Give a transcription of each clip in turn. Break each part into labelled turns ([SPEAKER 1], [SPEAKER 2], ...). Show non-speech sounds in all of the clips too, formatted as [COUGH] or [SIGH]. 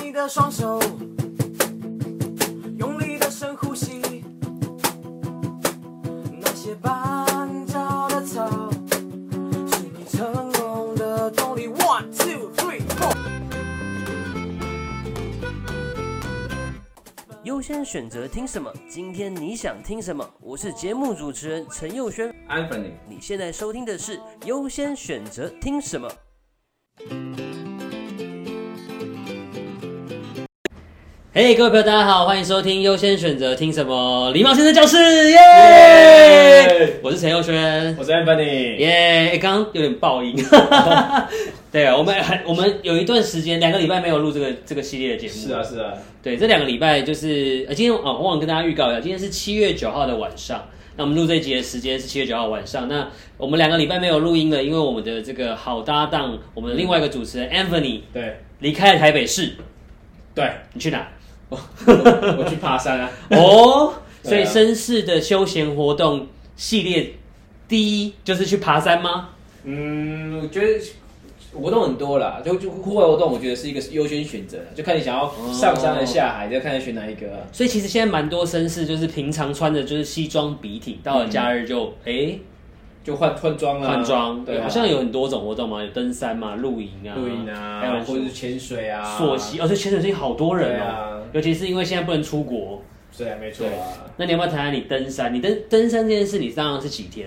[SPEAKER 1] 你的双手，用力的深呼吸。那些绊倒的草，是你成功的动力。One two three four。
[SPEAKER 2] 优先选择听什么？今天你想听什么？我是节目主持人陈佑轩，
[SPEAKER 3] Anthony，
[SPEAKER 2] 你现在收听的是优先选择听什么。
[SPEAKER 4] 嘿各位朋友，大家好，欢迎收听优先选择听什么礼貌先生教室，耶、
[SPEAKER 3] 耶
[SPEAKER 4] 我是陈佑轩，
[SPEAKER 3] 我是 Anthony。
[SPEAKER 4] 耶、欸刚刚有点爆
[SPEAKER 3] [LAUGHS]
[SPEAKER 4] 音，对啊，我们很我们有一段时间，两个礼拜没有录这个这个系列的节目，
[SPEAKER 3] 是啊，是啊，
[SPEAKER 4] 对，这两个礼拜就是呃，今天哦，我忘了跟大家预告一下，今天是七月九号的晚上。那我们录这一集的时间是七月九号晚上。那我们两个礼拜没有录音了，因为我们的这个好搭档，我们的另外一个主持
[SPEAKER 3] 嗯
[SPEAKER 4] 人 Anthony
[SPEAKER 3] 对
[SPEAKER 4] 离开了台北市，
[SPEAKER 3] 对，
[SPEAKER 4] 你去哪？
[SPEAKER 3] [LAUGHS] 我去爬山啊。
[SPEAKER 4] 哦，所
[SPEAKER 3] 对
[SPEAKER 4] 以
[SPEAKER 3] 啊
[SPEAKER 4] 绅士的休闲活动系列第一就是去爬山吗？
[SPEAKER 3] 嗯，我觉得活动很多啦，就就户外活动，我觉得是一个优先选择啦，就看你想要上山还是下海，就看你选哪一个啊。
[SPEAKER 4] 所以其实现在蛮多绅士就是平常穿的就是西装笔挺，到了假日就哎
[SPEAKER 3] 就换换装啊，
[SPEAKER 4] 换装，
[SPEAKER 3] 嗯对
[SPEAKER 4] 对，
[SPEAKER 3] 啊，
[SPEAKER 4] 好像有很多种活动嘛，有登山嘛、露营啊、
[SPEAKER 3] 露营
[SPEAKER 4] 还
[SPEAKER 3] 啊，
[SPEAKER 4] 有
[SPEAKER 3] 或者是潜水啊，
[SPEAKER 4] 溯溪，而且潜水最近好多人
[SPEAKER 3] 对
[SPEAKER 4] 哦，
[SPEAKER 3] 啊，
[SPEAKER 4] 尤其是因为现在不能出国。
[SPEAKER 3] 对啊，没错啊。
[SPEAKER 4] 那你要不要谈谈你登山？你登登山这件事，你当然是几天？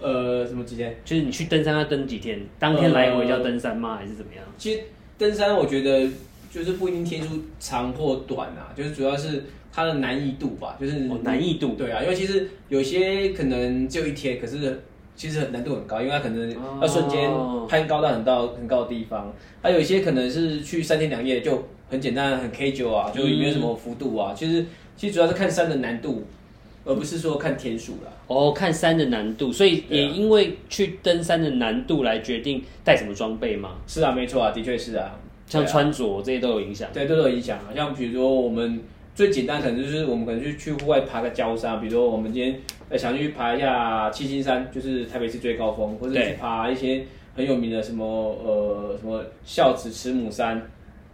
[SPEAKER 3] 呃，什么几天？
[SPEAKER 4] 就是你去登山要登几天？当天来回叫登山吗？还是怎么样？
[SPEAKER 3] 其实登山，我觉得就是不一定天数长或短啊，就是主要是它的难易度吧，就是
[SPEAKER 4] 哦，难易度。
[SPEAKER 3] 对啊，因为其实有些可能只有一天，可是其实难度很高，因为它可能要瞬间
[SPEAKER 4] 哦
[SPEAKER 3] 攀高到很到很高的地方。它、有一些可能是去三天两夜就很简单，很 K 九啊，就也
[SPEAKER 4] 嗯
[SPEAKER 3] 没有什么幅度啊。其实其实主要是看山的难度，而不是说看天数啦。
[SPEAKER 4] 哦，看山的难度，所以
[SPEAKER 3] 对
[SPEAKER 4] 也
[SPEAKER 3] 啊
[SPEAKER 4] 因为去登山的难度来决定带什么装备嘛，
[SPEAKER 3] 是啊，没错啊，的确是啊，
[SPEAKER 4] 像
[SPEAKER 3] 对啊
[SPEAKER 4] 穿着这些都有影响。
[SPEAKER 3] 对，都有影响啊。像比如说我们最简单，可能就是我们可能去去户外爬个礁山，比如说我们今天呃想去爬一下七星山，就是台北市最高峰，或者
[SPEAKER 4] 对
[SPEAKER 3] 去爬一些很有名的什么呃什么孝子慈母山，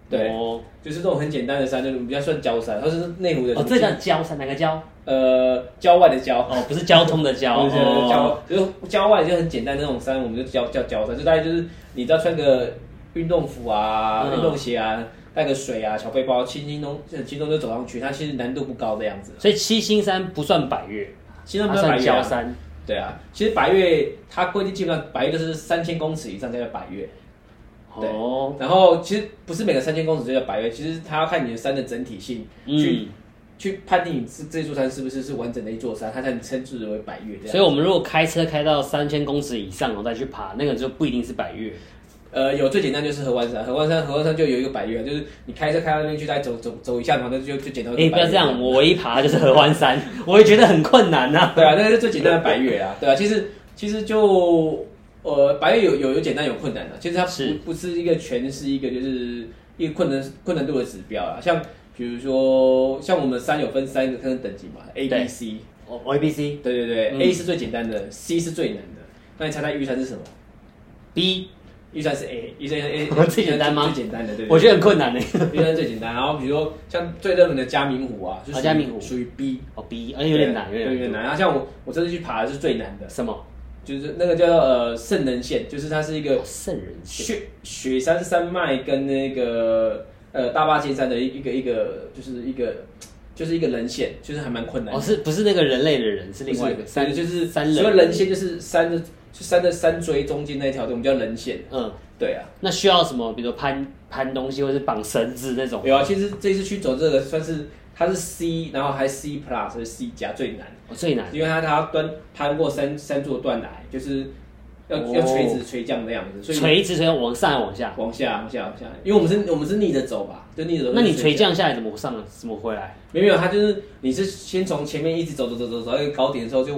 [SPEAKER 3] 对，
[SPEAKER 4] 哦，
[SPEAKER 3] 就是这种很简单的山，就是比较算礁山，它是内湖的什
[SPEAKER 4] 哦，
[SPEAKER 3] 么
[SPEAKER 4] 这叫交山，哪个交？
[SPEAKER 3] 呃郊外的郊。
[SPEAKER 4] 哦，不是交通的
[SPEAKER 3] [LAUGHS]
[SPEAKER 4] 交，
[SPEAKER 3] 就是
[SPEAKER 4] 哦，
[SPEAKER 3] 郊，就是郊外就很简单的那种山，我们就叫叫郊山，就大概就是你只要穿个运动服啊、
[SPEAKER 4] 嗯
[SPEAKER 3] 运动鞋啊、带个水啊、小背包，轻轻松很轻松就走上去，它其实难度不高的样子。
[SPEAKER 4] 所以七星山不算百越，
[SPEAKER 3] 其实
[SPEAKER 4] 它
[SPEAKER 3] 没有百
[SPEAKER 4] 算
[SPEAKER 3] 越、
[SPEAKER 4] 交
[SPEAKER 3] 啊，
[SPEAKER 4] 山。
[SPEAKER 3] 对啊，其实百越它规定基本上百越就是三千公尺以上才叫百越，对
[SPEAKER 4] 哦，
[SPEAKER 3] 然后其实不是每个三千公尺就叫百越，其实它要看你的山的整体性，去
[SPEAKER 4] 嗯，
[SPEAKER 3] 去判定你这这座山是不是是完整的一座山，它才能称之为百越这样。
[SPEAKER 4] 所以我们如果开车开到三千公尺以上，然后再去爬，那个就不一定是百越。
[SPEAKER 3] 呃，有最简单就是合欢山，合欢山合欢山就有一个百越，就是你开车开到那边去，再走走走一下，然后就就捡到一个百
[SPEAKER 4] 哎，
[SPEAKER 3] 越。
[SPEAKER 4] 不要这样，我一爬就是合欢山， [LAUGHS] 我也觉得很困难呐。
[SPEAKER 3] 对啊，那个是最简单的百越啊，对啊， [LAUGHS] 其实其实就呃，百越有有有简单有困难的、啊其实它不
[SPEAKER 4] 是
[SPEAKER 3] 不是一个全是一个就是一个困难困难度的指标啊，像比如说像我们山有分三个三个等级嘛，A、
[SPEAKER 4] 对
[SPEAKER 3] B、C，
[SPEAKER 4] 哦，A B C
[SPEAKER 3] 对对对、
[SPEAKER 4] 嗯
[SPEAKER 3] a 是最简单的，C 是最难的，那你猜猜玉山是什么？
[SPEAKER 4] B，
[SPEAKER 3] 玉山是 A，玉山是 A，
[SPEAKER 4] [LAUGHS] 最简单吗
[SPEAKER 3] 最简单的，对对对
[SPEAKER 4] 我觉得很困难呢。 [LAUGHS]
[SPEAKER 3] 冰山最简单，然后比如说像最热门的嘉明湖啊，就
[SPEAKER 4] 哦嘉明湖
[SPEAKER 3] 属于 B，
[SPEAKER 4] 哦，B，而且有点难，有
[SPEAKER 3] 对
[SPEAKER 4] 点
[SPEAKER 3] 有点难。然后啊像我我这次去爬的是最难的，
[SPEAKER 4] 什么
[SPEAKER 3] 就是那个叫呃圣人线，就是它是一个
[SPEAKER 4] 圣人线？
[SPEAKER 3] 雪雪山山脉跟那个呃大巴尖山的一一个一个就是一个就是一个人线，就是还蛮困难
[SPEAKER 4] 哦，
[SPEAKER 3] 的。
[SPEAKER 4] 是不是那个人类的人？是另外一个
[SPEAKER 3] 不对就是
[SPEAKER 4] 三人，
[SPEAKER 3] 所谓人线就是山的是山的山锥中间那一条，我们叫人线。
[SPEAKER 4] 嗯，
[SPEAKER 3] 对啊，
[SPEAKER 4] 那需要什么？比如攀攀东西，或是绑绳子那种。
[SPEAKER 3] 有啊，其实这次去走这个算是它是 C，然后还 C plus 还是 C 加最难。
[SPEAKER 4] 哦最难
[SPEAKER 3] 因为它它要端攀过三三座断崖，就是要、
[SPEAKER 4] 哦
[SPEAKER 3] 要垂直垂降的样子，所以
[SPEAKER 4] 垂直垂直往上往下。
[SPEAKER 3] 往下往下往下，因为我们是我们是逆着走吧，就逆着走。
[SPEAKER 4] 那你
[SPEAKER 3] 垂啊
[SPEAKER 4] 垂降下来怎么上？怎么回来？
[SPEAKER 3] 没有没有，它就是你是先从前面一直走走走走走到一个高点的时候就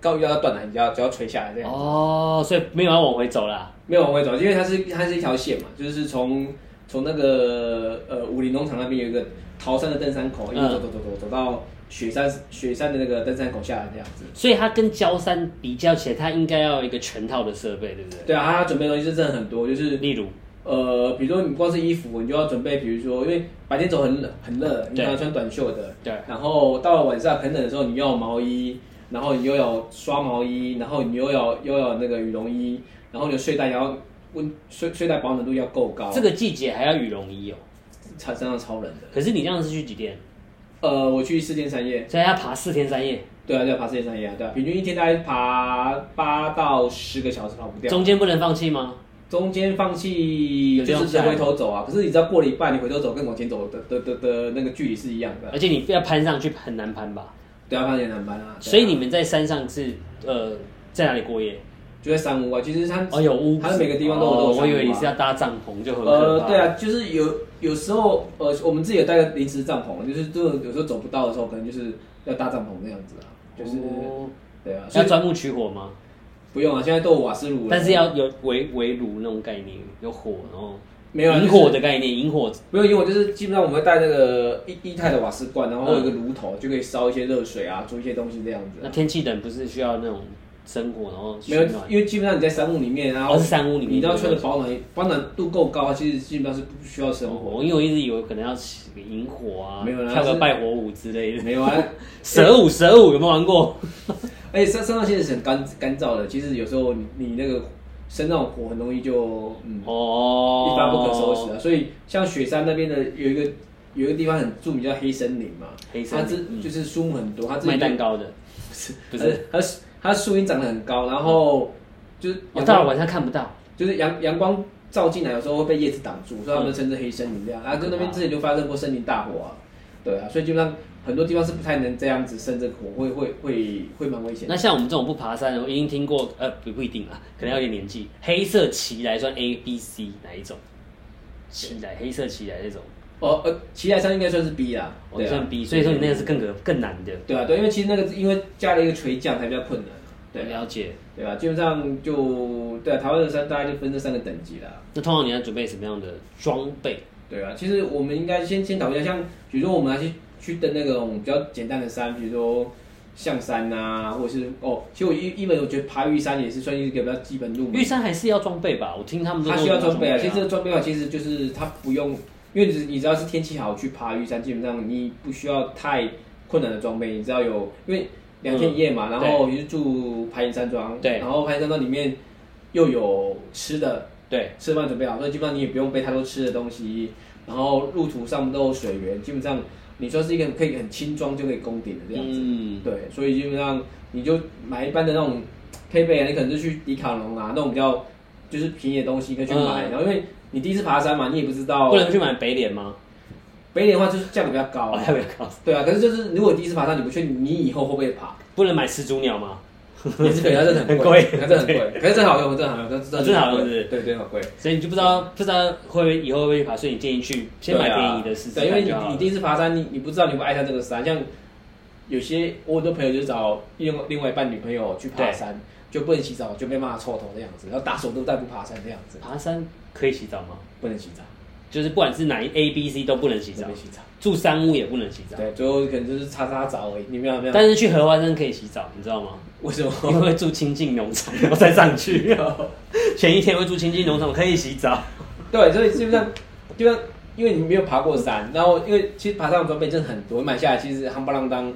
[SPEAKER 3] 高遇到断崖，你就要就要垂下来这样，
[SPEAKER 4] 哦，所以没有要往回走啦。
[SPEAKER 3] 没有往回走，因为它是它是一条线嘛，就是从从那个呃武林农场那边有一个桃山的登山口，一
[SPEAKER 4] 嗯
[SPEAKER 3] 直走走走走走到雪山雪山的那个登山口下来这样子。
[SPEAKER 4] 所以它跟焦山比较起来，它应该要有一个全套的设备，对不对？
[SPEAKER 3] 对啊，他准备的东西是真的很多，就是
[SPEAKER 4] 例如
[SPEAKER 3] 呃，比如说你光是衣服，你就要准备，比如说因为白天走很冷很热，你
[SPEAKER 4] 对
[SPEAKER 3] 可能要穿短袖的，
[SPEAKER 4] 对
[SPEAKER 3] 然后到了晚上很冷的时候，你又要毛衣，然后你又要刷毛衣，然后你又要又要那个羽绒衣，然后你的睡袋也要温睡睡袋保暖度要够高，
[SPEAKER 4] 这个季节还要羽绒衣哦。
[SPEAKER 3] 超身上超冷的。
[SPEAKER 4] 可是你这样是去几天？
[SPEAKER 3] 呃，我去四天三夜，
[SPEAKER 4] 所以要爬四天三夜，
[SPEAKER 3] 对啊，对啊，爬四天三夜啊，对啊，平均一天大概爬八到十个小时跑不掉，
[SPEAKER 4] 中间不能放弃吗？
[SPEAKER 3] 中间放弃
[SPEAKER 4] 有这
[SPEAKER 3] 就
[SPEAKER 4] 样
[SPEAKER 3] 是回头走啊，可是你知道过了一半，你回头走跟往前走的的的的那个距离是一样的
[SPEAKER 4] 而，且你要攀上去很难攀吧？
[SPEAKER 3] 对啊，发现难搬啊。对啊
[SPEAKER 4] 所以你们在山上是呃在哪里过夜？
[SPEAKER 3] 就在山屋啊，其实它
[SPEAKER 4] 哦，有屋子，
[SPEAKER 3] 它每个地方都有都有
[SPEAKER 4] 哦
[SPEAKER 3] 山屋啊
[SPEAKER 4] 我以为你是要搭帐篷，就很可
[SPEAKER 3] 呃
[SPEAKER 4] 怕。，
[SPEAKER 3] 对，啊，就是有有时候呃，我们自己有带个临时帐篷，就是这种有时候走不到的时候，可能就是要搭帐篷那样子啊，就是、对啊，所
[SPEAKER 4] 哦要
[SPEAKER 3] 以
[SPEAKER 4] 钻木取火吗？
[SPEAKER 3] 不用啊，现在都有瓦斯炉了，
[SPEAKER 4] 但是要有围围炉那种概念，有火，然后
[SPEAKER 3] 没有啊
[SPEAKER 4] 引
[SPEAKER 3] 就是
[SPEAKER 4] 火的概念，引火
[SPEAKER 3] 没有因为我就是基本上我们会带那个一一泰的瓦斯罐，然后会有一个炉头，就可以烧一些热水啊，煮一些东西这样子
[SPEAKER 4] 那
[SPEAKER 3] 啊。
[SPEAKER 4] 天气冷不是需要那种生火，然后取
[SPEAKER 3] 没有
[SPEAKER 4] 暖，
[SPEAKER 3] 因为基本上你在山屋里面，然后
[SPEAKER 4] 哦是山屋里面
[SPEAKER 3] 你都要穿的保暖，保暖度够高，其实基本上是不需要生活。
[SPEAKER 4] 我因为我一直以为可能要起个引火啊，
[SPEAKER 3] 没有啦
[SPEAKER 4] 跳个
[SPEAKER 3] 是
[SPEAKER 4] 拜火舞之类的。
[SPEAKER 3] 没有啊，
[SPEAKER 4] 蛇舞，蛇舞有没有玩过？
[SPEAKER 3] 而且山山上现在是很干干燥的，其实有时候你你那个身上火很容易就嗯
[SPEAKER 4] 哦，
[SPEAKER 3] [LAUGHS] 一发不可收拾啊。所以像雪山那边的有一个有一个地方很著名叫黑森林嘛，
[SPEAKER 4] 黑森林
[SPEAKER 3] 它自
[SPEAKER 4] 嗯
[SPEAKER 3] 就是树木很多，它自己
[SPEAKER 4] 卖
[SPEAKER 3] 就
[SPEAKER 4] 蛋糕的，不是，嗯
[SPEAKER 3] 它它它树荫长得很高，然后就是
[SPEAKER 4] 我
[SPEAKER 3] 阳
[SPEAKER 4] 哦到了
[SPEAKER 3] 光、
[SPEAKER 4] 晚上看不到。
[SPEAKER 3] 就是阳阳光照进来，有时候会被叶子挡住，所以
[SPEAKER 4] 嗯
[SPEAKER 3] 他们称之黑森林这样。然后跟那边之前就发生过森林大火啊，对啊，所以基本上很多地方是不太能这样子生着火，会会会会蛮危险
[SPEAKER 4] 那
[SPEAKER 3] 的。
[SPEAKER 4] 像我们这种不爬山的，我一定听过，呃，不不一定啊，可能要有点年纪。黑色旗来算 A、B、C 哪一种？旗来，黑色旗来那种，
[SPEAKER 3] 哦呃，奇来山应该算是 B 啦，
[SPEAKER 4] 我
[SPEAKER 3] 对啊
[SPEAKER 4] 算 B，所以说你那个是更可更难的。
[SPEAKER 3] 对啊对，因为其实那个因为加了一个垂降才比较困难，对啊
[SPEAKER 4] 了解。
[SPEAKER 3] 对吧？基本上就对啊，台湾的山大概就分这三个等级啦。
[SPEAKER 4] 那通常你要准备什么样的装备？
[SPEAKER 3] 对啊，其实我们应该先先讨论一下，像比如说我们要去去登那种比较简单的山，比如说象山啊，或者是哦，其实我一一本我觉得爬玉山也是算是一个比较基本入门。
[SPEAKER 4] 玉山还是要装备吧？我听他们都
[SPEAKER 3] 它
[SPEAKER 4] 说
[SPEAKER 3] 需要
[SPEAKER 4] 要
[SPEAKER 3] 装备啊，其实这
[SPEAKER 4] 啊
[SPEAKER 3] 个装备的话，其实就是它不用，因为你只你只要是天气好去爬玉山，基本上你不需要太困难的装备，你只要有因为两天一夜嘛，
[SPEAKER 4] 嗯
[SPEAKER 3] 然后你就住排云山庄，
[SPEAKER 4] 对
[SPEAKER 3] 然后排云山庄里面又有吃的，
[SPEAKER 4] 对，
[SPEAKER 3] 吃饭准备好，所以基本上你也不用备太多吃的东西，然后路途上都有水源，基本上你说是一个可以很轻装就可以攻顶的这样子。
[SPEAKER 4] 嗯，
[SPEAKER 3] 对，所以基本上你就买一般的那种配备啊，你可能就去迪卡侬啊那种比较就是便宜的东西可以去买，
[SPEAKER 4] 嗯
[SPEAKER 3] 然后因为你第一次爬山嘛，你也不知道
[SPEAKER 4] 不能去买北脸吗？
[SPEAKER 3] 北点的话就是价格比较高、
[SPEAKER 4] 哦，
[SPEAKER 3] 啊，
[SPEAKER 4] 还没搞，
[SPEAKER 3] 对啊，可是就是如果第一次爬山，你不确定你以后会不会
[SPEAKER 4] [LAUGHS]
[SPEAKER 3] 爬，
[SPEAKER 4] 不能买始祖鸟吗？
[SPEAKER 3] 也是可以，它真的很
[SPEAKER 4] [LAUGHS] 很贵哦
[SPEAKER 3] 它真的很贵，可是真好用，真好用，真
[SPEAKER 4] 真好用是不
[SPEAKER 3] 对
[SPEAKER 4] 是
[SPEAKER 3] 对，真好贵。
[SPEAKER 4] 所以你就不知
[SPEAKER 3] 嗯
[SPEAKER 4] 道不知道会不会以后会不会去爬，所以你建议去先买
[SPEAKER 3] 对啊
[SPEAKER 4] 便宜的试试
[SPEAKER 3] 对，因为
[SPEAKER 4] 看
[SPEAKER 3] 你
[SPEAKER 4] 就好
[SPEAKER 3] 你
[SPEAKER 4] 了。
[SPEAKER 3] 第一次爬山，你你不知道你会爱上这个山，像有些我很多朋友就找另外另外一半女朋友去爬
[SPEAKER 4] 对
[SPEAKER 3] 山，就不能洗澡，就被骂臭头那样子，然后打手都带不爬山这样子，
[SPEAKER 4] 爬山可以洗澡吗？
[SPEAKER 3] 不能洗澡，
[SPEAKER 4] 就是不管是哪一 A、B、C 都不能洗
[SPEAKER 3] 不
[SPEAKER 4] 澡
[SPEAKER 3] 能，洗澡。
[SPEAKER 4] 住山屋也不能洗澡。
[SPEAKER 3] 对，最啊后可能就是擦擦澡而已，你没有没有？
[SPEAKER 4] 但是去合欢山可以洗澡，你知道吗？
[SPEAKER 3] [LAUGHS] 为什
[SPEAKER 4] 因为
[SPEAKER 3] 么？
[SPEAKER 4] 会住清境农场，然后再上
[SPEAKER 3] [LAUGHS]
[SPEAKER 4] 去。
[SPEAKER 3] 哦
[SPEAKER 4] 前一天会住清境农场，可以洗澡。
[SPEAKER 3] 对，所以基本上基本上因为你没有爬过山，然后因为其实爬山的装备真的很多，买下来其实夯不啷当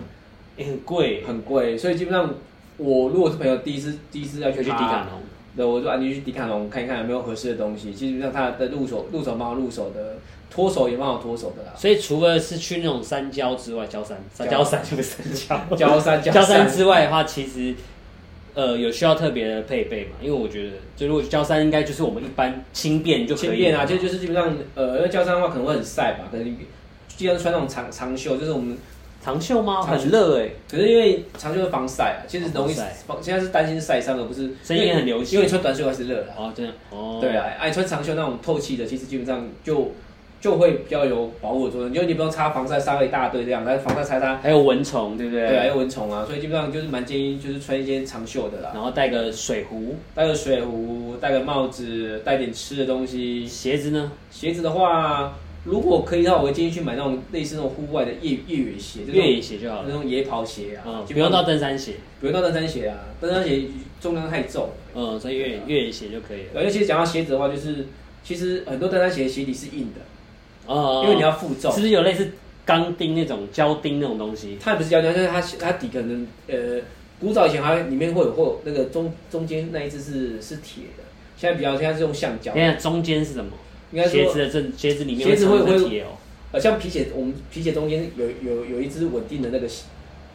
[SPEAKER 4] 也欸很贵，
[SPEAKER 3] 很贵，所以基本上我如果是朋友第一次第一次要
[SPEAKER 4] 就
[SPEAKER 3] 去
[SPEAKER 4] 去迪
[SPEAKER 3] 爬
[SPEAKER 4] 卡侬。
[SPEAKER 3] 对，我就啊，你去迪卡侬看一看有没有合适的东西。其实让它的入手入手蛮好入手的，脱手也蛮好脱手的啦。
[SPEAKER 4] 所以除了是去那种山郊之外，郊山、山
[SPEAKER 3] 郊
[SPEAKER 4] 郊山不是山
[SPEAKER 3] [LAUGHS]
[SPEAKER 4] 郊，[LAUGHS]
[SPEAKER 3] 焦山
[SPEAKER 4] 郊
[SPEAKER 3] 山
[SPEAKER 4] 山之外的话，其实呃有需要特别的配备嘛？因为我觉得，就如果去郊山，应该就是我们一般轻便就可以
[SPEAKER 3] 轻
[SPEAKER 4] 了。
[SPEAKER 3] 便啊，就就是基本上呃，因为焦山的话可能会很晒吧，可能你既然穿那种长长袖，就是我们
[SPEAKER 4] 长袖吗？
[SPEAKER 3] 长袖
[SPEAKER 4] 很热哎、
[SPEAKER 3] 可是因为长袖会防晒啊，其实容易
[SPEAKER 4] 哦防晒
[SPEAKER 3] 防现在是担心晒伤，而不是
[SPEAKER 4] 所以也很流行
[SPEAKER 3] 因为你穿短袖还是热啦。
[SPEAKER 4] 哦，这样哦，
[SPEAKER 3] 对啊，哎、穿长袖那种透气的，其实基本上就就会比较有保护的作用，因为你不用擦防晒擦了一大堆这样，但是防晒擦擦。
[SPEAKER 4] 还有蚊虫，对不对？
[SPEAKER 3] 对啊，还有蚊虫啊，所以基本上就是蛮建议，就是穿一件长袖的啦。
[SPEAKER 4] 然后带个水壶，
[SPEAKER 3] 带个水壶，戴个帽子，带点吃的东西。
[SPEAKER 4] 呃鞋子呢？
[SPEAKER 3] 鞋子的话，如果可以的话，我会建议去买那种类似那种户外的越越野鞋，就是
[SPEAKER 4] 越
[SPEAKER 3] 那种
[SPEAKER 4] 野鞋就好
[SPEAKER 3] 那
[SPEAKER 4] 了，
[SPEAKER 3] 种野跑鞋啊，
[SPEAKER 4] 嗯，
[SPEAKER 3] 基
[SPEAKER 4] 不
[SPEAKER 3] 本上
[SPEAKER 4] 用到登山鞋，
[SPEAKER 3] 不用到登山鞋啊，登山鞋重量太重了。
[SPEAKER 4] 嗯，所以越野越野鞋就可以了。
[SPEAKER 3] 而且其实讲到鞋子的话，就是其实很多登山鞋的鞋底是硬的，
[SPEAKER 4] 哦，
[SPEAKER 3] 因为你要负重
[SPEAKER 4] 是。不是有类似钢钉那种胶钉那种东西？
[SPEAKER 3] 它也不是胶胶，但是它它底可能呃，古早以前还里面会有会有那个中中间那一只是是铁的，现在比较现在是用橡胶
[SPEAKER 4] 等，一下中间是什么？
[SPEAKER 3] 应该
[SPEAKER 4] 鞋
[SPEAKER 3] 说
[SPEAKER 4] 子的正鞋子里面
[SPEAKER 3] 鞋子
[SPEAKER 4] 会藏
[SPEAKER 3] 会
[SPEAKER 4] 着
[SPEAKER 3] 会
[SPEAKER 4] 铁哦。
[SPEAKER 3] 呃，像皮鞋，我们皮鞋中间有有有一只稳定的那个的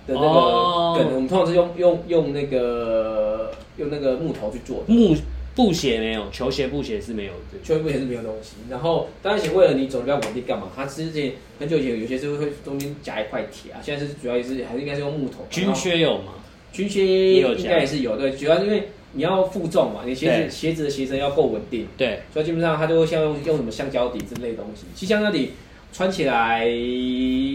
[SPEAKER 3] 那个
[SPEAKER 4] 哦
[SPEAKER 3] 梗，我们通常是用用用那个用那个木头去做的，
[SPEAKER 4] 木布鞋没有，球鞋布鞋是没有的。
[SPEAKER 3] 全部也是没有东西。然后当然鞋为了你走得比较稳定，干嘛？它之前很久以前有些是会中间夹一块铁啊，现在是主要也是还是应该是用木头。
[SPEAKER 4] 军靴有吗？
[SPEAKER 3] 军
[SPEAKER 4] 也
[SPEAKER 3] 靴
[SPEAKER 4] 有夹
[SPEAKER 3] 应该也是有，对，主要是因为你要负重嘛，你鞋
[SPEAKER 4] 对
[SPEAKER 3] 子鞋子的鞋身要够稳定，
[SPEAKER 4] 对，
[SPEAKER 3] 所以基本上它就会像用用什么橡胶底之类的东西。其实橡胶底穿起来，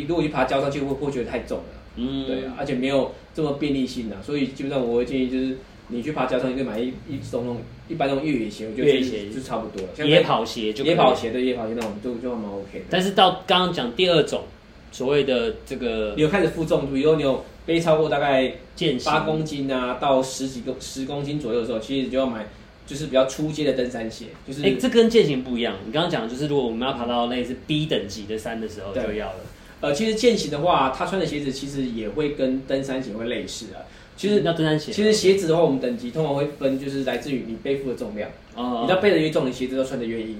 [SPEAKER 3] 如果去爬胶上去会会觉得太重了。
[SPEAKER 4] 嗯，
[SPEAKER 3] 对啊，而且没有这么便利性啊，所以基本上我会建议就是你去爬加上，你可以买一一种那种一般那种越野鞋，我觉得
[SPEAKER 4] 越野
[SPEAKER 3] 就
[SPEAKER 4] 鞋
[SPEAKER 3] 就差不多了。像
[SPEAKER 4] 野跑鞋就可以
[SPEAKER 3] 野跑。鞋对野跑鞋那种就就还蛮 OK 的。
[SPEAKER 4] 但是到刚刚讲第二种所谓的这个
[SPEAKER 3] 你有开始负重，比如说你有背超过大概
[SPEAKER 4] 健行
[SPEAKER 3] 八公斤啊到十几公十公斤左右的时候，其实你就要买就是比较初阶的登山鞋，就是
[SPEAKER 4] 哎、这跟践行不一样。你刚刚讲的就是，如果我们要爬到类似 B 等级的山的时候
[SPEAKER 3] 对
[SPEAKER 4] 就要了。
[SPEAKER 3] 呃，其实健行的话，他穿的鞋子其实也会跟登山鞋会类似啊。其实
[SPEAKER 4] 要登山鞋，
[SPEAKER 3] 其实鞋子的话，我们等级通常会分，就是来自于你背负的重量。你
[SPEAKER 4] 哦
[SPEAKER 3] 要背的越重，你鞋子都穿的越硬，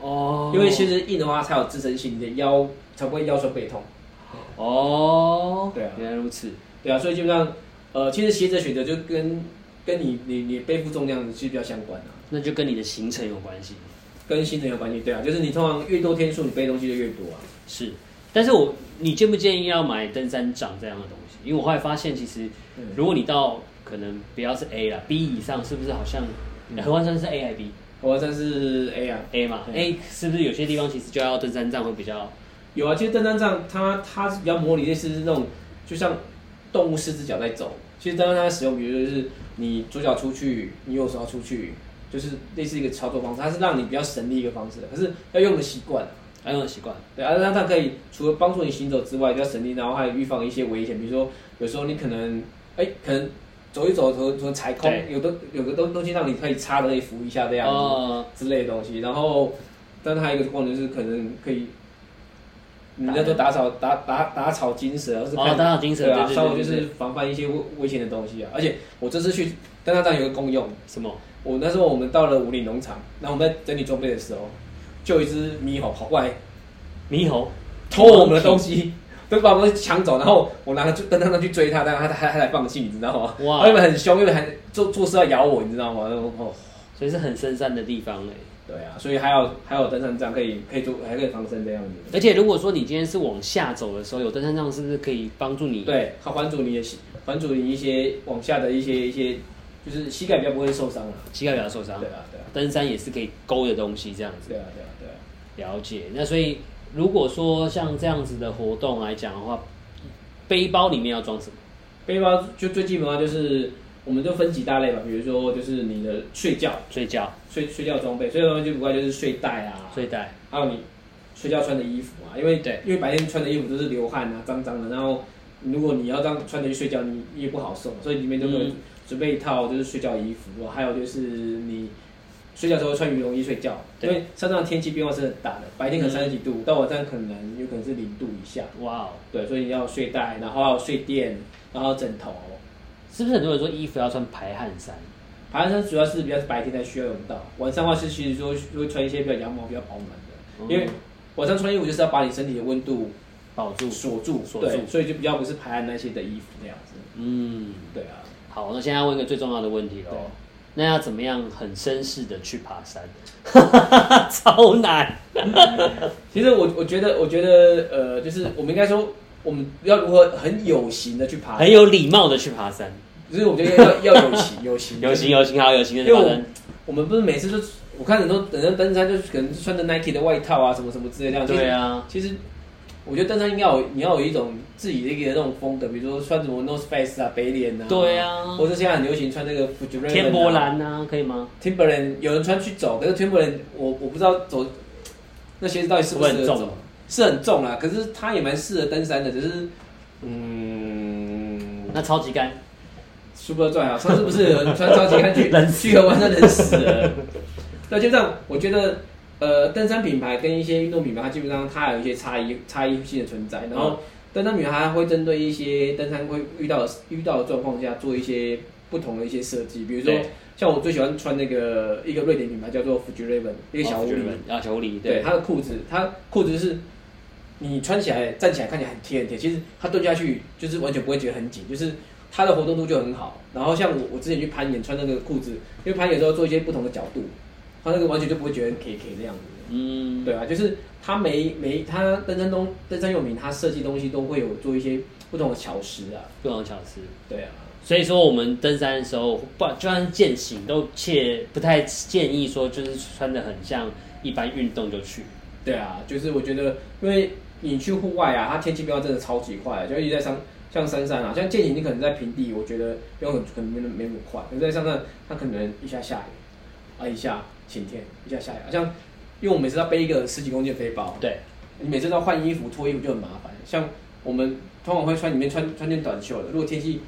[SPEAKER 4] 哦，
[SPEAKER 3] 因为鞋子硬的话才有支撑性，你的腰才不会腰酸背痛。
[SPEAKER 4] 哦，
[SPEAKER 3] 对啊
[SPEAKER 4] 原来如此。
[SPEAKER 3] 对啊，所以基本上，呃，其实鞋子的选择就跟跟你你你背负重量是比较相关的、啊，
[SPEAKER 4] 那就跟你的行程有关系。
[SPEAKER 3] 跟心情有关系。对啊，就是你通常越多天数，你背东西就越多啊。
[SPEAKER 4] 是，但是我你建不建议要买登山杖这样的东西？因为我后来发现，其实
[SPEAKER 3] 嗯
[SPEAKER 4] 如果你到可能不要是 A 啦，B 以上是不是好像
[SPEAKER 3] 嗯
[SPEAKER 4] 合欢山是 A 还是 B？A
[SPEAKER 3] 我算哦是 A 啊，
[SPEAKER 4] 嘛
[SPEAKER 3] 嗯
[SPEAKER 4] ，A 是不是有些地方其实就要登山杖会比较
[SPEAKER 3] 有啊，其实登山杖它它是比较模拟类似是那种，就像动物四只脚在走。其实登山杖的使用，比如就是你左脚出去，你右手要出去，就是类似一个操作方式，它是让你比较省力一个方式，可是要用的习惯啊。
[SPEAKER 4] 要哎用的习惯？
[SPEAKER 3] 对啊，那它可以除了帮助你行走之外，比较省力，然后还有预防一些危险，比如说有时候你可能哎、可能走一走，走走踩空
[SPEAKER 4] 对，
[SPEAKER 3] 有的有个东东西让你可以插的可以扶一下这样子、
[SPEAKER 4] 哦
[SPEAKER 3] 之类的东西。然后，但它还有一个功能就是可能可以，你那时候打草打打打草惊蛇，或是
[SPEAKER 4] 哦
[SPEAKER 3] 看
[SPEAKER 4] 打草惊蛇
[SPEAKER 3] 对啊，
[SPEAKER 4] 对对对
[SPEAKER 3] 稍微
[SPEAKER 4] 对
[SPEAKER 3] 就
[SPEAKER 4] 对
[SPEAKER 3] 是防范一些危危险的东西啊。而且我这次去，但它当然有个功用，
[SPEAKER 4] 什么？
[SPEAKER 3] 我那时候我们到了五岭农场，然后我们在整理装备的时候，就有一只猕猴跑过来。
[SPEAKER 4] 猕猴
[SPEAKER 3] 偷我们的东西，都把我们抢走，然后我拿就登上上去追他，但他他他才放弃，你知道吗？
[SPEAKER 4] 哇
[SPEAKER 3] 他原本很凶，因为还做做事要咬我，你知道吗？然后哦，
[SPEAKER 4] 所以是很深山的地方嘞。
[SPEAKER 3] 对啊，所以还有还有登山杖可以可以做，还可以防身这样子。
[SPEAKER 4] 而且如果说你今天是往下走的时候，有登山杖，是不是可以帮助你？，
[SPEAKER 3] 对，它缓阻你的膝，缓阻你一些往下的一些一些，就是膝盖比较不会受伤了、
[SPEAKER 4] 膝盖不要受伤
[SPEAKER 3] 对。啊，对啊，
[SPEAKER 4] 登山也是可以勾的东西，这样子。
[SPEAKER 3] 对啊，对啊，对啊。
[SPEAKER 4] 了解。那所以如果说像这样子的活动来讲的话，背包里面要装什么？
[SPEAKER 3] 背包就最基本上就是，我们就分几大类吧，比如说就是你的睡觉
[SPEAKER 4] 睡觉、
[SPEAKER 3] 睡睡觉装备，睡觉装备就不外就是睡袋啊，
[SPEAKER 4] 睡袋，
[SPEAKER 3] 还有你睡觉穿的衣服啊，因为
[SPEAKER 4] 对
[SPEAKER 3] 因为白天穿的衣服都是流汗啊，脏脏的，然后如果你要这样穿着去睡觉，你你也不好受，所以里面都会
[SPEAKER 4] 嗯
[SPEAKER 3] 准备一套就是睡觉衣服，还有就是你睡觉的时候穿羽绒衣睡觉，
[SPEAKER 4] 对
[SPEAKER 3] 因为山上的天气变化是很大的，白天可能三十几度，到晚上可能有可能是零度以下，
[SPEAKER 4] 哇哦，
[SPEAKER 3] 对，所以你要睡袋，然后还有睡垫，然后枕头。
[SPEAKER 4] 是不是很多人说衣服要穿排汗衫？
[SPEAKER 3] 爬山主要是比较是白天才需要用到，晚上的话是其实说会穿一些比较羊毛、比较保暖的，因为
[SPEAKER 4] 嗯
[SPEAKER 3] 晚上穿衣服就是要把你身体的温度
[SPEAKER 4] 保住。
[SPEAKER 3] 锁住，
[SPEAKER 4] 锁
[SPEAKER 3] 对
[SPEAKER 4] 住，
[SPEAKER 3] 所以就比较不是排汗那些的衣服那样子。
[SPEAKER 4] 嗯，
[SPEAKER 3] 对啊，
[SPEAKER 4] 好，那现在要问一个最重要的问题
[SPEAKER 3] 对
[SPEAKER 4] 喽。那要怎么样很绅士的去爬山？ [LAUGHS] 超难。
[SPEAKER 3] 其实我我觉得，我觉得呃，就是我们应该说，我们要如何很有型的去爬，
[SPEAKER 4] 很，有礼貌的去爬山，
[SPEAKER 3] 就是我觉得要要有
[SPEAKER 4] [LAUGHS]
[SPEAKER 3] 型，有型，
[SPEAKER 4] 有型。有型好有型的去
[SPEAKER 3] 因
[SPEAKER 4] 爬
[SPEAKER 3] 为我
[SPEAKER 4] 山，
[SPEAKER 3] 我们不是每次都，我看很多很多登山就是可能穿着 Nike 的外套啊，什么什么之类这样。
[SPEAKER 4] 对啊，
[SPEAKER 3] 其实，其实我觉得登山应该有你要有一种自己的一个那种风格，比如说穿什么 North Face 啊、北脸啊，
[SPEAKER 4] 对啊
[SPEAKER 3] 或者现在很流行穿那个 Fujiren
[SPEAKER 4] 天波兰啊，可以吗？
[SPEAKER 3] Timberland 有人穿去走，可是 Timberland 我我不知道走那鞋子到底适不适合
[SPEAKER 4] 会很重吗
[SPEAKER 3] 走，是很重啦，可是它也蛮适合登山的，只是嗯，
[SPEAKER 4] 那超级干，
[SPEAKER 3] Super 转啊， [LAUGHS] 上次不是有人穿超级安去
[SPEAKER 4] [LAUGHS] 冷
[SPEAKER 3] 去合湾山人死了？对，就这样，我觉得呃，登山品牌跟一些运动品牌，它基本上它有一些差异差异性的存
[SPEAKER 4] 嗯
[SPEAKER 3] 在。然后，登山品牌它会针对一些登山会遇到的遇到的状况下，做一些不同的一些设计。比如说
[SPEAKER 4] 对，
[SPEAKER 3] 像我最喜欢穿那个一个瑞典品牌叫做 Fjordraven，一个小
[SPEAKER 4] 哦
[SPEAKER 3] 狐狸。
[SPEAKER 4] 啊，小狐狸，
[SPEAKER 3] 对，它的裤子，它裤子是你穿起来站起来看起来很贴很贴，其实它蹲下去就是完全不会觉得很紧，就是它的活动度就很好。然后像我我之前去攀岩穿那个裤子，因为攀岩的时候做一些不同的角度，它那个完全就不会觉得很 K K 那样子。
[SPEAKER 4] 嗯，
[SPEAKER 3] 对啊，就是它每每它登山东登山用品，它设计东西都会有做一些不同的巧思啊。
[SPEAKER 4] 不能巧思。
[SPEAKER 3] 对啊，
[SPEAKER 4] 所以说，我们登山的时候，不就算是践行，都切不太建议说，就是穿的很像一般运动就去。
[SPEAKER 3] 对啊，就是我觉得，因为你去户外啊，它天气变化真的超级快，啊就一直在山，像山上啊，像健行，你可能在平地，我觉得没有很可能没那么没那么快，可是在山上，它可能一下下雨，啊一下晴天，一下下雨，好啊像因为我每次要背一个十几公斤的背包，
[SPEAKER 4] 对，
[SPEAKER 3] 你每次都要换衣服、脱衣服就很麻烦。像我们通常会穿里面穿穿件短袖的，如果天气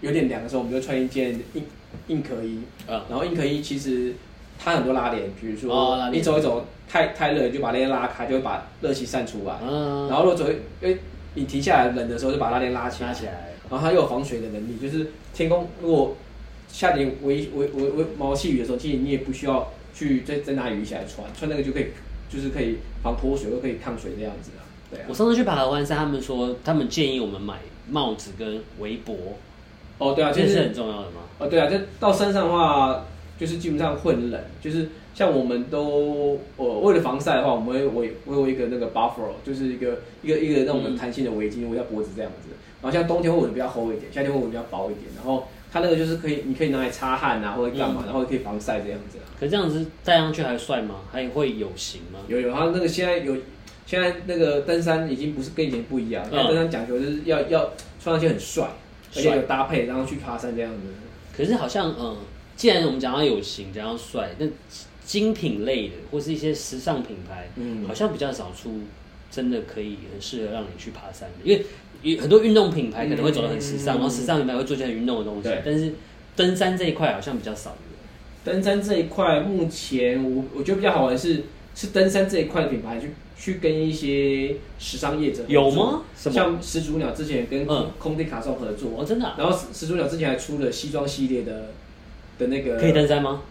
[SPEAKER 3] 有点凉的时候，我们就穿一件硬硬壳衣，
[SPEAKER 4] 啊、
[SPEAKER 3] 然后硬壳衣其实它很多拉链，比如
[SPEAKER 4] 哦
[SPEAKER 3] 说
[SPEAKER 4] 拉链
[SPEAKER 3] 你走一走太太热，你就把拉链拉开，就会把热气散出来。
[SPEAKER 4] 嗯，
[SPEAKER 3] 然后如果走一，因为你停下来冷的时候，就把拉链拉起来
[SPEAKER 4] 拿。起来，
[SPEAKER 3] 然后它又有防水的能力，就是天空如果下点微微微微毛细雨的时候，其实你也不需要去再再拿雨衣起来穿，穿那个就可以，就是可以防泼水又可以抗水这样子啊。对啊
[SPEAKER 4] 我。上次去爬合欢山，他们说他们建议我们买帽子跟围脖，
[SPEAKER 3] 哦，对啊，就
[SPEAKER 4] 这是
[SPEAKER 3] 是
[SPEAKER 4] 很重要的吗？
[SPEAKER 3] 哦，对啊，就到山上的话，就是基本上会很冷，就是像我们都，我为了防晒的话，我们会围会有一个那个 buffer，就是一个一个一个那
[SPEAKER 4] 嗯
[SPEAKER 3] 种弹性的围巾围在脖子这样子。然后像冬天会围的比较厚一点，夏天会围得比较薄一点。然后它那个就是可以，你可以拿来擦汗啊，或者干嘛，
[SPEAKER 4] 嗯
[SPEAKER 3] 然后也可以防晒这样子啊。
[SPEAKER 4] 可这样子戴上去还帅吗？还会有型吗？
[SPEAKER 3] 有有，它那个现在有，现在那个登山已经不是跟以前不一样，现在
[SPEAKER 4] 嗯
[SPEAKER 3] 登山讲究就是要要穿上去很帅，而且
[SPEAKER 4] 帅
[SPEAKER 3] 有搭配，然后去爬山这样子。
[SPEAKER 4] 可是好像，嗯、既然我们讲到有型，讲到帅，那精品类的或是一些时尚品牌，
[SPEAKER 3] 嗯
[SPEAKER 4] 好像比较少出真的可以很适合让你去爬山的，因为有很多运动品牌可能会走得很时尚，
[SPEAKER 3] 嗯
[SPEAKER 4] 然后时尚品牌会做一些很运动的东西
[SPEAKER 3] 对，
[SPEAKER 4] 但是登山这一块好像比较少。
[SPEAKER 3] 登山这一块，目前我我觉得比较好玩的是是登山这一块的品牌去去跟一些时尚业者合作
[SPEAKER 4] 有吗什么
[SPEAKER 3] 像始祖鸟之前跟
[SPEAKER 4] 嗯
[SPEAKER 3] 空地卡颂合作，
[SPEAKER 4] 哦，真的啊、
[SPEAKER 3] 然后始始祖鸟之前还出了西装系列的的那个
[SPEAKER 4] 可以登山吗？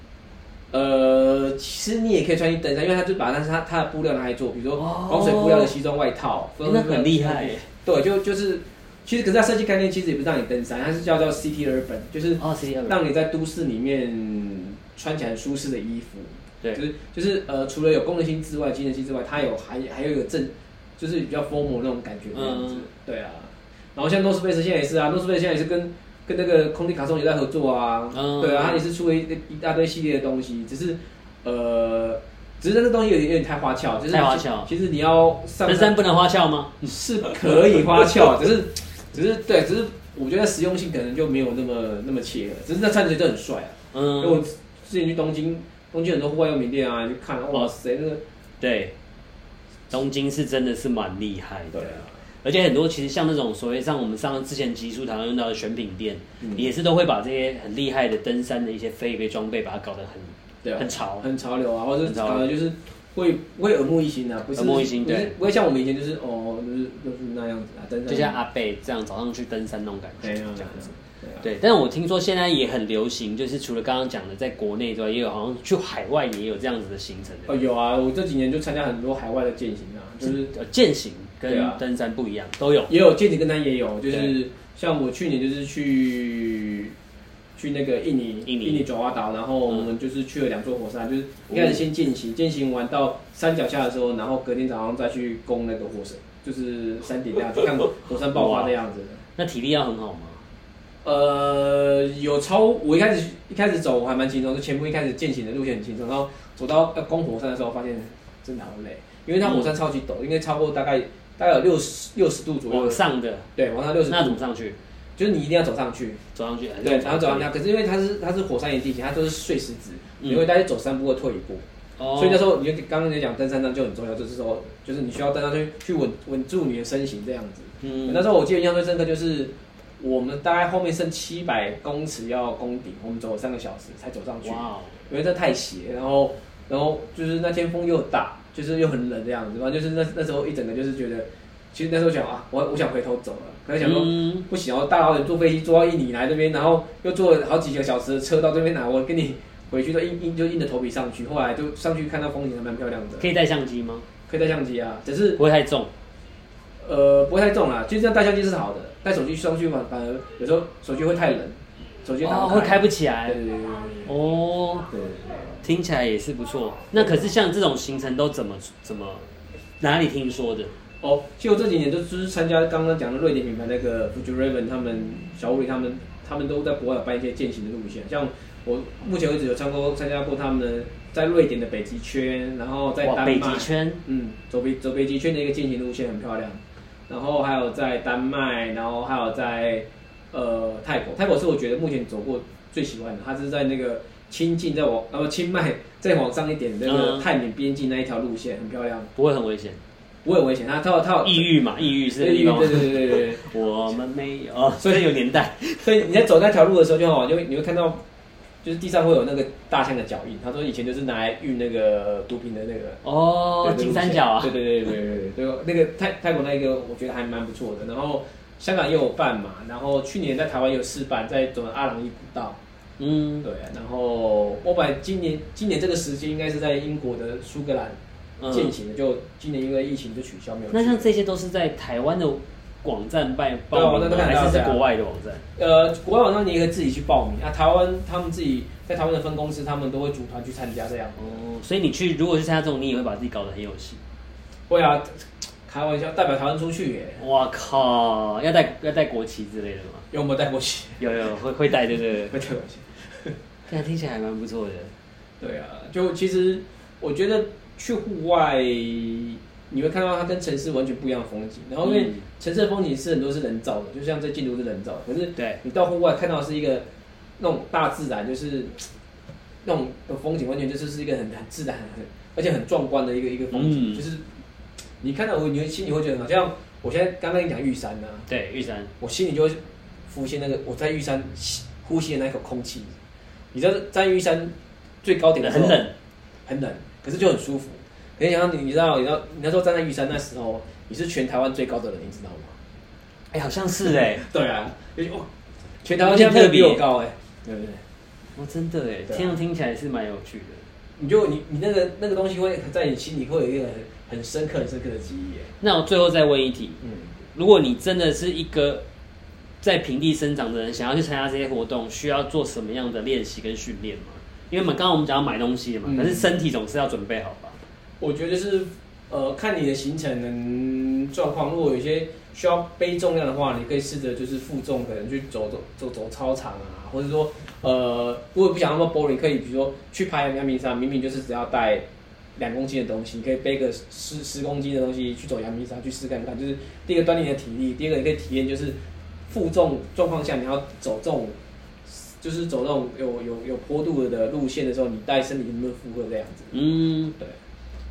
[SPEAKER 3] 呃，其实你也可以穿去登山，因为它就把那它它的布料拿来做，比如说
[SPEAKER 4] 哦
[SPEAKER 3] 防水布料的西装外套，
[SPEAKER 4] 欸那很厉害耶。
[SPEAKER 3] 对，就就是其实可是它设计概念其实也不是让你登山，它是叫做 city urban，就是
[SPEAKER 4] 哦，C
[SPEAKER 3] 让你在都市里面穿起来很舒适的衣服。
[SPEAKER 4] 对
[SPEAKER 3] 就是就是呃，除了有功能性之外、机能性之外，它有还还有一个正，就是比较 formal 那种感觉这样子。
[SPEAKER 4] 嗯
[SPEAKER 3] 对啊，然后像 North Face 现在也是啊，North Face 现在也是跟跟那个空地卡颂也在合作啊。
[SPEAKER 4] 嗯
[SPEAKER 3] 对啊，它也是出了一一大堆系列的东西，只是呃，只是那个东西有点有点太花俏，就是
[SPEAKER 4] 太花俏
[SPEAKER 3] 其实你要上
[SPEAKER 4] 登山不能花俏吗？
[SPEAKER 3] 是可以花俏， [LAUGHS] 只是只是对，只是我觉得实用性可能就没有那么那么切合，只是那穿起来就很帅啊。因为
[SPEAKER 4] 嗯，
[SPEAKER 3] 我之前去东京，东京很多户外用品店啊，你就看，哇塞，那个
[SPEAKER 4] 对，东京是真的是蛮厉害的。
[SPEAKER 3] 对啊，
[SPEAKER 4] 而且很多其实像那种所谓像我们上之前集数常常用到的选品店，
[SPEAKER 3] 嗯
[SPEAKER 4] 也是都会把这些很厉害的登山的一些飞备装备，把它搞得很
[SPEAKER 3] 对啊，
[SPEAKER 4] 很潮
[SPEAKER 3] 很潮流啊，或者
[SPEAKER 4] 很
[SPEAKER 3] 是
[SPEAKER 4] 潮流
[SPEAKER 3] 搞的就是会会耳目一新啊，不是
[SPEAKER 4] 耳目一新
[SPEAKER 3] 不是
[SPEAKER 4] 对
[SPEAKER 3] 不会像我们以前就是哦，就是就是那样子啊，登山
[SPEAKER 4] 就像阿贝这样早上去登山那种感觉
[SPEAKER 3] 对啊
[SPEAKER 4] 这样子。，
[SPEAKER 3] 对啊，
[SPEAKER 4] 对，但我听说现在也很流行，就是除了刚刚讲的，在国内之外，也有好像去海外也有这样子的行程的，
[SPEAKER 3] 哦有啊，我这几年就参加很多海外的践行啊，就是
[SPEAKER 4] 呃践行
[SPEAKER 3] 对
[SPEAKER 4] 跟
[SPEAKER 3] 啊
[SPEAKER 4] 登山不一样，都有。
[SPEAKER 3] 也有健行跟单也有，
[SPEAKER 4] 对
[SPEAKER 3] 就是像我去年就是去去那个印尼
[SPEAKER 4] 印尼嗯
[SPEAKER 3] 爪哇岛，然后我们就是去了两座火山，就是一开始先践行，践行完到山脚下的时候，然后隔天早上再去攻那个火山，就是山顶那样子，看火山爆发那样子。
[SPEAKER 4] 那体力要很好吗？
[SPEAKER 3] 呃，有超我一开始一开始走我还蛮轻松，就前部一开始践行的路线很轻松，然后走到要攻火山的时候，发现真的好累，因为它火山
[SPEAKER 4] 嗯
[SPEAKER 3] 超级陡，应该超过大概大概有六十六十度左右
[SPEAKER 4] 往，上的，
[SPEAKER 3] 对，往上六十度
[SPEAKER 4] 那。怎么上去？
[SPEAKER 3] 就是你一定要走上去，
[SPEAKER 4] 走上去，呃还是
[SPEAKER 3] 对，然后走上去。可是因为它是它是火山岩地形，它都是碎石子，你会大概走三步或退一步，
[SPEAKER 4] 嗯哦，
[SPEAKER 3] 所以那时候你就刚刚你讲登山杖就很重要，就是说就是你需要登上去去稳稳住你的身形这样子。
[SPEAKER 4] 嗯
[SPEAKER 3] 那时候我记得印象最深刻就是我们大概后面剩七百公尺要攻顶，我们走了三个小时才走上去，
[SPEAKER 4] 哇哦，
[SPEAKER 3] 因为这太斜，然后然后就是那天风又大，就是又很冷这样子，反正就是那那时候一整个就是觉得，其实那时候想啊，我我想回头走了，可是想说、
[SPEAKER 4] 嗯
[SPEAKER 3] 不行，我大老远坐飞机坐到印尼来这边，然后又坐了好几个小时的车到这边来，我跟你回去都硬硬就硬着头皮上去，后来就上去看到风景还蛮漂亮的，
[SPEAKER 4] 可以带相机吗？
[SPEAKER 3] 可以带相机啊，只是
[SPEAKER 4] 不会太重。
[SPEAKER 3] 呃，不会太重啦，就这样带相机是好的，带手机上去反反而有时候手机会太冷，手机打
[SPEAKER 4] 哦，
[SPEAKER 3] 不
[SPEAKER 4] 会开不
[SPEAKER 3] 起
[SPEAKER 4] 起来
[SPEAKER 3] 对。对对对
[SPEAKER 4] 哦，
[SPEAKER 3] 对对。
[SPEAKER 4] 听起来也是不错。那可是像这种行程都怎么怎么哪里听说的？
[SPEAKER 3] 哦，其实我这几年就就是参加刚刚讲的瑞典品牌那个 Fujiraven 他们小物理他们他们都在国外有办一些践行的路线，像我目前为止有参过参加过他们在瑞典的北极圈，然后在丹
[SPEAKER 4] 哇，
[SPEAKER 3] 麦
[SPEAKER 4] 北极圈，
[SPEAKER 3] 嗯，走北走北极圈的一个践行路线很漂亮，然后还有在丹麦，然后还有在呃泰国，泰国是我觉得目前走过最喜欢的，它是在那个清境再往呃不清迈再往上一点的那个
[SPEAKER 4] 嗯
[SPEAKER 3] 泰缅边境那一条路线很漂亮，
[SPEAKER 4] 不会很危险。
[SPEAKER 3] 不会有危险，它它有它有
[SPEAKER 4] 抑郁嘛，抑郁是那个
[SPEAKER 3] 哦
[SPEAKER 4] 地方
[SPEAKER 3] 对对
[SPEAKER 4] 吗。
[SPEAKER 3] 对对对对对，
[SPEAKER 4] 我们没有， [LAUGHS] 哦
[SPEAKER 3] 所以
[SPEAKER 4] 这有年代。 [LAUGHS]
[SPEAKER 3] 所以你在走那条路的时候就好玩，就会你会看到，就是地上会有那个大象的脚印。他说以前就是拿来运那个毒品的那个
[SPEAKER 4] 哦，
[SPEAKER 3] [LAUGHS] 对
[SPEAKER 4] 金三角啊
[SPEAKER 3] 对，对对对对对对，那个泰泰国那一个我觉得还蛮不错的。然后香港也有办嘛，然后去年在台湾有试办，在走阿朗伊古道。
[SPEAKER 4] 嗯
[SPEAKER 3] 对，然后我本来今年今年这个时间应该是在英国的苏格兰践
[SPEAKER 4] 嗯。
[SPEAKER 3] 行的，就今年因为疫情就取消没有去。
[SPEAKER 4] 那像这些都是在台湾的网站办
[SPEAKER 3] 对啊
[SPEAKER 4] 报名
[SPEAKER 3] 我那
[SPEAKER 4] 吗，
[SPEAKER 3] 都看得到
[SPEAKER 4] 还是是
[SPEAKER 3] 对啊
[SPEAKER 4] 国外的网站？
[SPEAKER 3] 呃，国外网站你也可以自己去报名啊。台湾他们自己在台湾的分公司，他们都会组团去参加这样。
[SPEAKER 4] 哦，所以你去如果去参加这种，你也会把自己搞得很有戏。
[SPEAKER 3] 会啊，开玩笑，代表台湾出去耶，
[SPEAKER 4] 哇靠，要带要带国旗之类的吗？
[SPEAKER 3] 有没有带过去？
[SPEAKER 4] 有有会会带，对不对？
[SPEAKER 3] 没带过去。
[SPEAKER 4] 但听起来还蛮不错的。
[SPEAKER 3] 对啊，就其实我觉得去户外，你会看到它跟城市完全不一样的风景。然后因为
[SPEAKER 4] 嗯
[SPEAKER 3] 城市的风景是很多是人造的，就像这进都是人造的，可是
[SPEAKER 4] 对，
[SPEAKER 3] 你到户外看到的是一个那种大自然，就是那种的风景，完全就是是一个很很自然、很而且很壮观的一个一个风景。
[SPEAKER 4] 嗯
[SPEAKER 3] 就是你看到我，你会心里会觉得好像我现在刚刚跟你讲玉山啊，
[SPEAKER 4] 对，玉山，
[SPEAKER 3] 我心里就会浮现那个我在玉山吸呼吸的那口空气。你知道在玉山最高点的时候
[SPEAKER 4] 很冷，
[SPEAKER 3] 很冷，可是就很舒服。可是想到你，你知道，你知道，你那时候站在玉山那时候，你是全台湾最高的人，你知道吗？
[SPEAKER 4] 哎，好像 [LAUGHS] 是哎，
[SPEAKER 3] 对啊，哦，全台湾现在没有比我高哎、对不对？
[SPEAKER 4] 哦，真的哎，
[SPEAKER 3] 对啊
[SPEAKER 4] 听听起来是蛮有趣的。
[SPEAKER 3] 你就你你那个那个东西会在你心里会有一个很很深刻很深刻的记忆哎、
[SPEAKER 4] 那我最后再问一题，
[SPEAKER 3] 嗯，
[SPEAKER 4] 如果你真的是一个在平地生长的人，想要去参加这些活动，需要做什么样的练习跟训练吗？因为我们刚刚我们讲要买东西嘛，
[SPEAKER 3] 嗯
[SPEAKER 4] 可是身体总是要准备好吧？
[SPEAKER 3] 我觉得就是呃，看你的行程状况，如果有一些需要背重量的话，你可以试着就是负重，可能去走走走走操场啊，或者说呃，如果不想那么 boring，可以比如说去爬阳明山，明明就是只要带两公斤的东西，你可以背个十十公斤的东西去走阳明山去试看看，就是第一个锻炼你的体力，第二个你可以体验就是负重状况下你要走这种。就是走那种有有有坡度的路线的时候，你带身体能不能负荷这样子？
[SPEAKER 4] 嗯，
[SPEAKER 3] 对，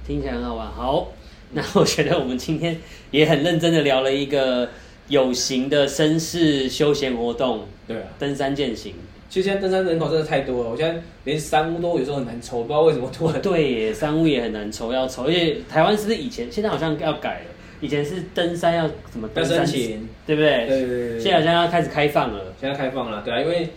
[SPEAKER 4] 听起来很好玩。嗯好，那我觉得我们今天也很认真的聊了一个有形的绅士休闲活动
[SPEAKER 3] 对啊。
[SPEAKER 4] ——登山健行。
[SPEAKER 3] 其实现在登山人口真的太多了，我现在连山屋都有时候很难抽，不知道为什么突然。
[SPEAKER 4] 对耶，商务也很难抽，要抽，而且台湾是不是以前现在好像要改了？以前是登山要什么登
[SPEAKER 3] 要
[SPEAKER 4] 山
[SPEAKER 3] 申请，
[SPEAKER 4] 对不对？
[SPEAKER 3] 对对对对
[SPEAKER 4] 现在好像要开始开放了。
[SPEAKER 3] 现在开放了，对啊，因为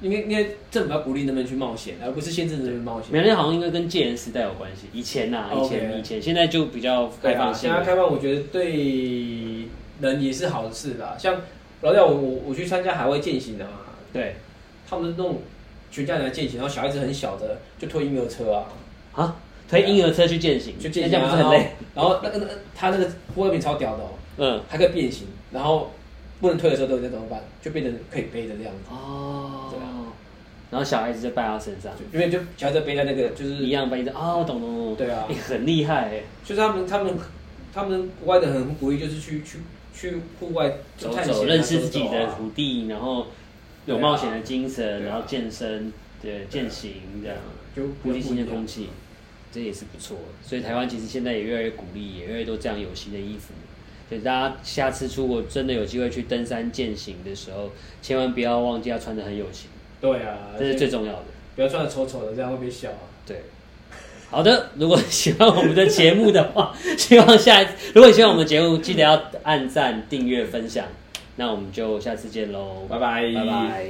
[SPEAKER 3] 因为因为政府要鼓励人们去冒险，而不是限制人们冒险。
[SPEAKER 4] 缅甸好像应该跟戒严时代有关系，以前呐、以
[SPEAKER 3] OK
[SPEAKER 4] 前以前，现在就比较
[SPEAKER 3] 对
[SPEAKER 4] 开
[SPEAKER 3] 啊，
[SPEAKER 4] 放性
[SPEAKER 3] 现
[SPEAKER 4] 了。
[SPEAKER 3] 在开放，我觉得对人也是好事啦。像老廖，我我我去参加海外践行的嘛，
[SPEAKER 4] 对
[SPEAKER 3] 他们那种全家人来践行，然后小孩子很小的就推婴儿车啊，
[SPEAKER 4] 啊，推婴儿车去践行，
[SPEAKER 3] 就践
[SPEAKER 4] 那这
[SPEAKER 3] 行、
[SPEAKER 4] 样
[SPEAKER 3] 啊，
[SPEAKER 4] 不是很累？
[SPEAKER 3] 然后。然后那个那个他那个护卫品超屌的哦，
[SPEAKER 4] 嗯，
[SPEAKER 3] 还可以变形，然后不能推的时候都有那怎么办？就变成可以背着这样子。
[SPEAKER 4] 哦
[SPEAKER 3] 对啊，
[SPEAKER 4] 然后小孩子就拜他身上，
[SPEAKER 3] 因为就小孩子背在那个就是
[SPEAKER 4] 一，样背着啊，我懂懂懂，
[SPEAKER 3] 嗯对啊
[SPEAKER 4] 你很厉害哎，
[SPEAKER 3] 就是他们他们他们国外的很鼓励，就是去去去户外
[SPEAKER 4] 走
[SPEAKER 3] 探险啊
[SPEAKER 4] 走，认识自
[SPEAKER 3] 走
[SPEAKER 4] 己
[SPEAKER 3] 走啊
[SPEAKER 4] 的土地，然后有
[SPEAKER 3] 对啊
[SPEAKER 4] 冒险的精神，
[SPEAKER 3] 对啊啊
[SPEAKER 4] 然后健身，对，健行这样，
[SPEAKER 3] 就
[SPEAKER 4] 呼吸新的
[SPEAKER 3] 不一样
[SPEAKER 4] 空气，这也是不错。所以台湾其实现在也越来越鼓励，也越来越多这样有形的衣服。所以大家下次出国真的有机会去登山健行的时候，千万不要忘记要穿的很有型，
[SPEAKER 3] 对啊，
[SPEAKER 4] 这是
[SPEAKER 3] 而且
[SPEAKER 4] 最重要的。
[SPEAKER 3] 不要穿的丑丑的，这样会被笑啊。
[SPEAKER 4] 对，好的，如果喜欢我们的节目的话， [LAUGHS] 希望下一次，如果你喜欢我们的节目，记得要按赞、订阅、分享。那我们就下次见喽，
[SPEAKER 3] 拜拜
[SPEAKER 4] 拜拜。